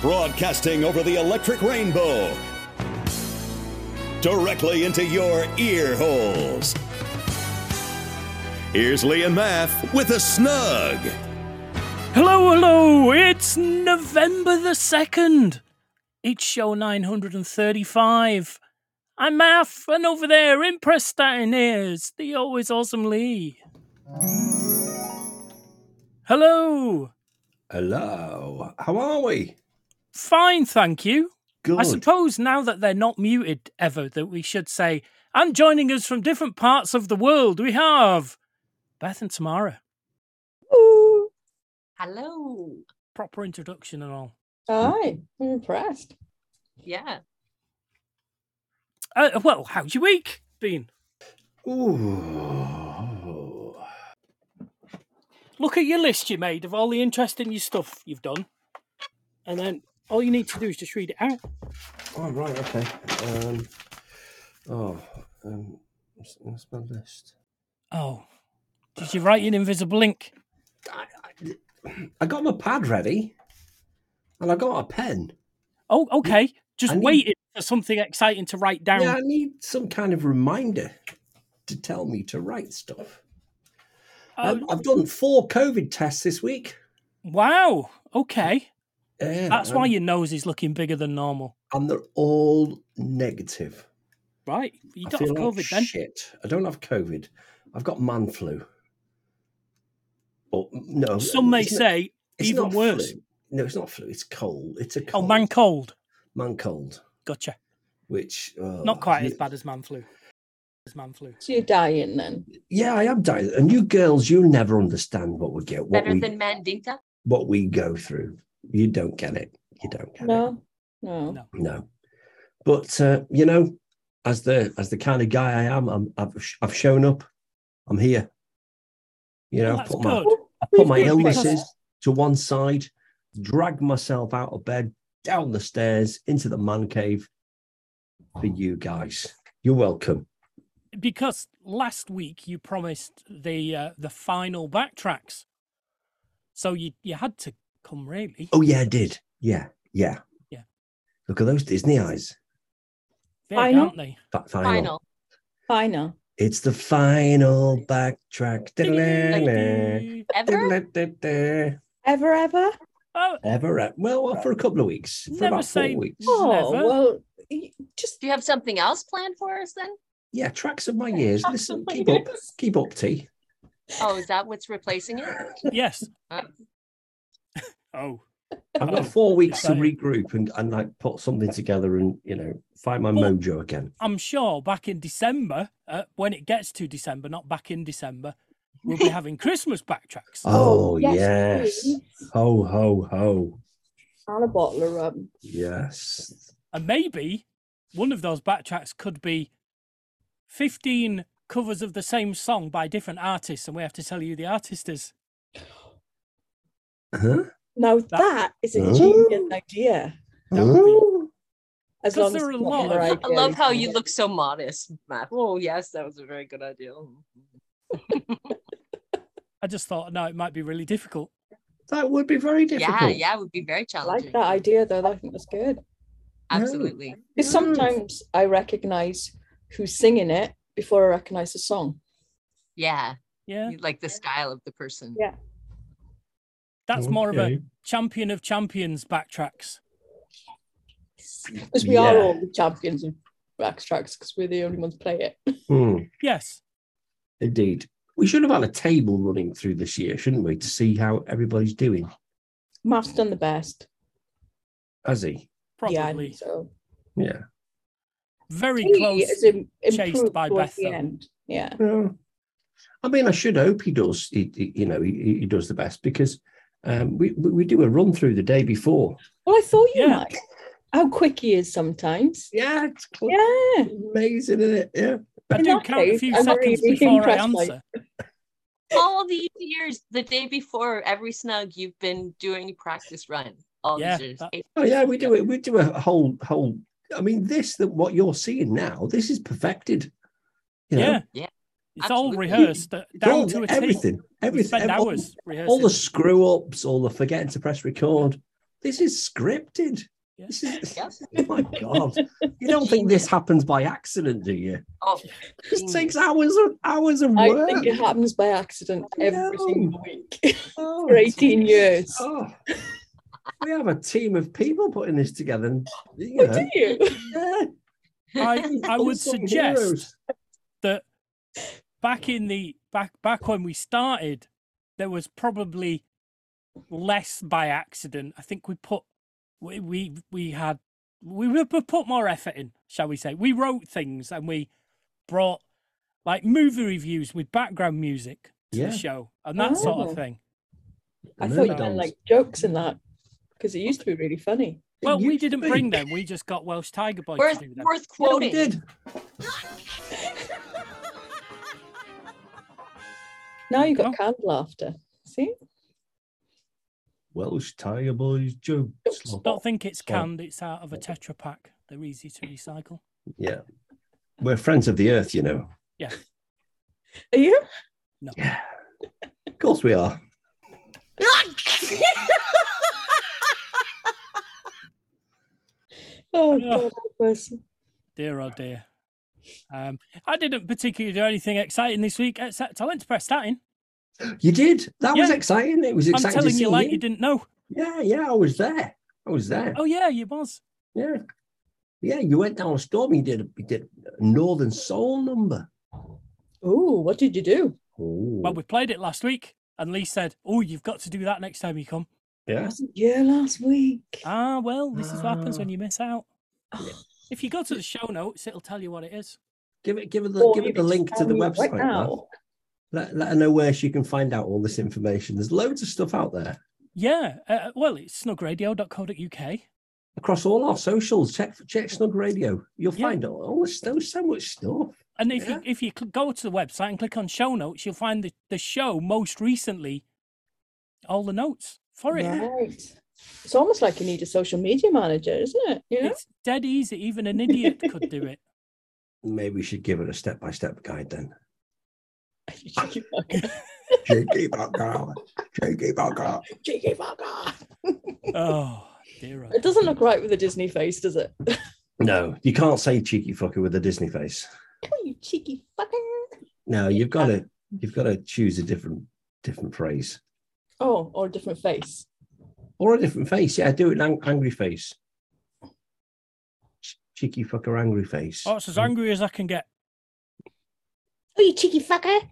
Broadcasting over the electric rainbow. Directly into your ear holes. Here's Lee and Math with a snug. Hello, hello! It's November the 2nd. It's show 935. I'm Math, and over there, Imprestatin is the always awesome Lee. Hello! Hello. How are we? Fine, thank you. Good. I suppose now that they're not muted ever, that we should say, and joining us from different parts of the world, we have Beth and Tamara. Hello. Proper introduction and all. Aye, I'm impressed. Yeah. Uh, well, how's your week been? Ooh. Look at your list you made of all the interesting new stuff you've done, and then all you need to do is just read it out. Oh, right. Okay. Um, oh, um, what's, what's my list? Oh, did you write in invisible ink? I, I, I got my pad ready and I got a pen. Oh, okay. Just I need- waiting for something exciting to write down. Yeah, I need some kind of reminder to tell me to write stuff. Oh, Um, I've done four COVID tests this week. wow. Okay. Yeah, That's why and- your nose is looking bigger than normal. And they're all negative. Right. You I don't have feel COVID like then. Shit. I don't have COVID. I've got man flu. Or no. Some may it's not- say it's even not worse. flu. No, it's not flu. It's cold. It's a Oh, cold. man cold. Man cold. Gotcha. Which oh, Not quite as bad as man flu. As man flu. So you're dying then. Yeah, I am dying. And you girls, you never understand what we get. What Better we than Mandinka. what we go through. You don't get it. You don't get it. No, no. No. No. But uh, you know, as the as the kind of guy I am, I'm, I've sh- I've shown up. I'm here. You know, Well, I've that's put my good. I put my We've got- because- illnesses to one side, dragged myself out of bed, down the stairs, into the man cave for you guys. You're welcome. Because last week you promised the uh, the final backtracks. So you you had to come really. Oh, yeah, I did. Yeah, yeah. Yeah. Look at those Disney eyes. Big, Final? aren't they? Fi- Final. Final. Final. It's the final backtrack. Diddle-diddle-diddle. Ever? Diddle-diddle-diddle. Ever, ever? Oh, Ever at well for a couple of weeks. For Never about four say weeks. Oh, Never. well, y- just Do you have something else planned for us then? Yeah, tracks of my years. Tracks Listen, of my keep up. years. Keep up, T. Oh, is that what's replacing it? yes. Uh. oh. I've got Oh, four weeks to exciting. regroup and, and like put something together and you know find my Well- mojo again. I'm sure back in December, uh, when it gets to December, not back in December, we'll be having Christmas backtracks. Oh, yes. yes, Ho ho ho. and a bottle of rum. Yes. And maybe one of those backtracks could be 15 covers of the same song by different artists, and we have to tell you who the artist is. Huh? Now that is a Huh? genius idea. That would be- As 'Cause long as there are a it's not lot your of- idea, I love you how can you do look so modest, Matt. Oh, yes, that was a very good idea. I just thought, no, it might be really difficult. That would be very difficult. Yeah, yeah, it would be very it. I like challenging. that idea though. I think that's good. Absolutely. Because sometimes I recognize who's singing it before I recognize the song. Yeah. Yeah. You like the style of the person. Yeah. That's more of a Okay. champion of champions backtracks. Because we are Yeah. all the champions of backtracks because we're the only ones play it. Hmm, Yes. indeed. We should have had a table running through this year, shouldn't we, to see how everybody's doing? Matt's done the best. Has he? Probably. Yeah, I think so. Yeah. Very He close. is im- chased improved by towards the Bethel. end. Yeah. Yeah. I mean, I should hope he does. He, he- you know, he, he does the best because um, we we we do a run through the day before. Well, I thought you Yeah. might. How quick he is sometimes. Yeah, it's cl- Yeah. amazing, isn't it? Yeah. I in do that count a case, few I'm seconds really before I impressed by- answer. All these years, the day before every snug, you've been doing a practice run. All Yeah, these years. that- Oh yeah, we do it. We do a whole whole. I mean, this that what you're seeing now. This is perfected. You know? Yeah. Yeah, It's all absolutely. rehearsed uh, It's down all- to a T. everything. We Everything. spend all, hours rehearsing. all the screw ups, all the forgetting to press record, This is scripted. Yeah. This is, Yep. oh my God. You don't think this happens by accident, do you? Oh, This takes hours and hours of I work. think it happens by accident I every know. single week Oh, for 18 years. oh. we have a team of people putting this together. And, you What know, do you? yeah, I, I would unsung suggest heroes. that back in the back back when we started, there was probably less by accident. I think we put we we, we had we were- we put more effort in, shall we say? We wrote things and we brought like movie reviews with background music to Yeah, the show and that sort Oh. of thing. the I thought you Murdons. meant like jokes and that because it used to be really funny. It Well, we used to didn't be. bring them. We just got Welsh Tiger Boy worth to do them. worth Yeah, we quoting. did. Now you've got Oh. canned laughter. See? Welsh Tiger Boys Joe. Oops, Slop. Don't think it's Oh. Sorry. canned. It's out of a Tetra pack. They're easy to recycle. Yeah. We're friends of the earth, you know. Are you? Yeah. Of course we are. Oh, Yeah. God, that person. Dear oh dear. Um, I didn't particularly do anything exciting this week, except I went to Prestatin. You did. That was Yeah. exciting. It was I'm exciting. to telling see you, like you didn't know. Yeah, yeah, I was there. I was there. Oh yeah, you was. Yeah. Yeah, you went down a storm. You did, you did a Northern Soul number. Ooh, what did you do? Oh, Well, we played it last week, and Lee said, "Oh, you've got to do that next time you come." yeah. Wasn't you last week? Ah, well, this is what happens when Ah. you miss out. Yeah. If you go to the show notes, it'll tell you what it is. Give it, give her the, Or give her you the just link to tell the me website. right Matt. now. Let, let her know where she can find out all this information. There's loads of stuff out there Yeah. Uh, well, it's snugradio.co.uk. across all our socials. Check for check Snug Radio. You'll Yeah. find all, all this. There's so much stuff. And if Yeah. you if you cl- go to the website and click on show notes, you'll find the, the show most recently, all the notes for it. Right. It's almost like you need a social media manager, isn't it? You know? It's dead easy. Even an idiot could do it. Maybe we should give her a step by step guide then. Cheeky bugger. Cheeky bugger. Cheeky bugger. Cheeky bugger. Oh dear. oh It doesn't look right with the Disney face, does it? No, you can't say cheeky fucker with a Disney face. Oh, you cheeky fucker. No, you've got to you've got to choose a different different phrase Oh, or a different face. or a different face. Yeah, do an ang- angry face. Ch- cheeky fucker, angry face. Oh, it's as angry as I can get. Oh, you cheeky fucker.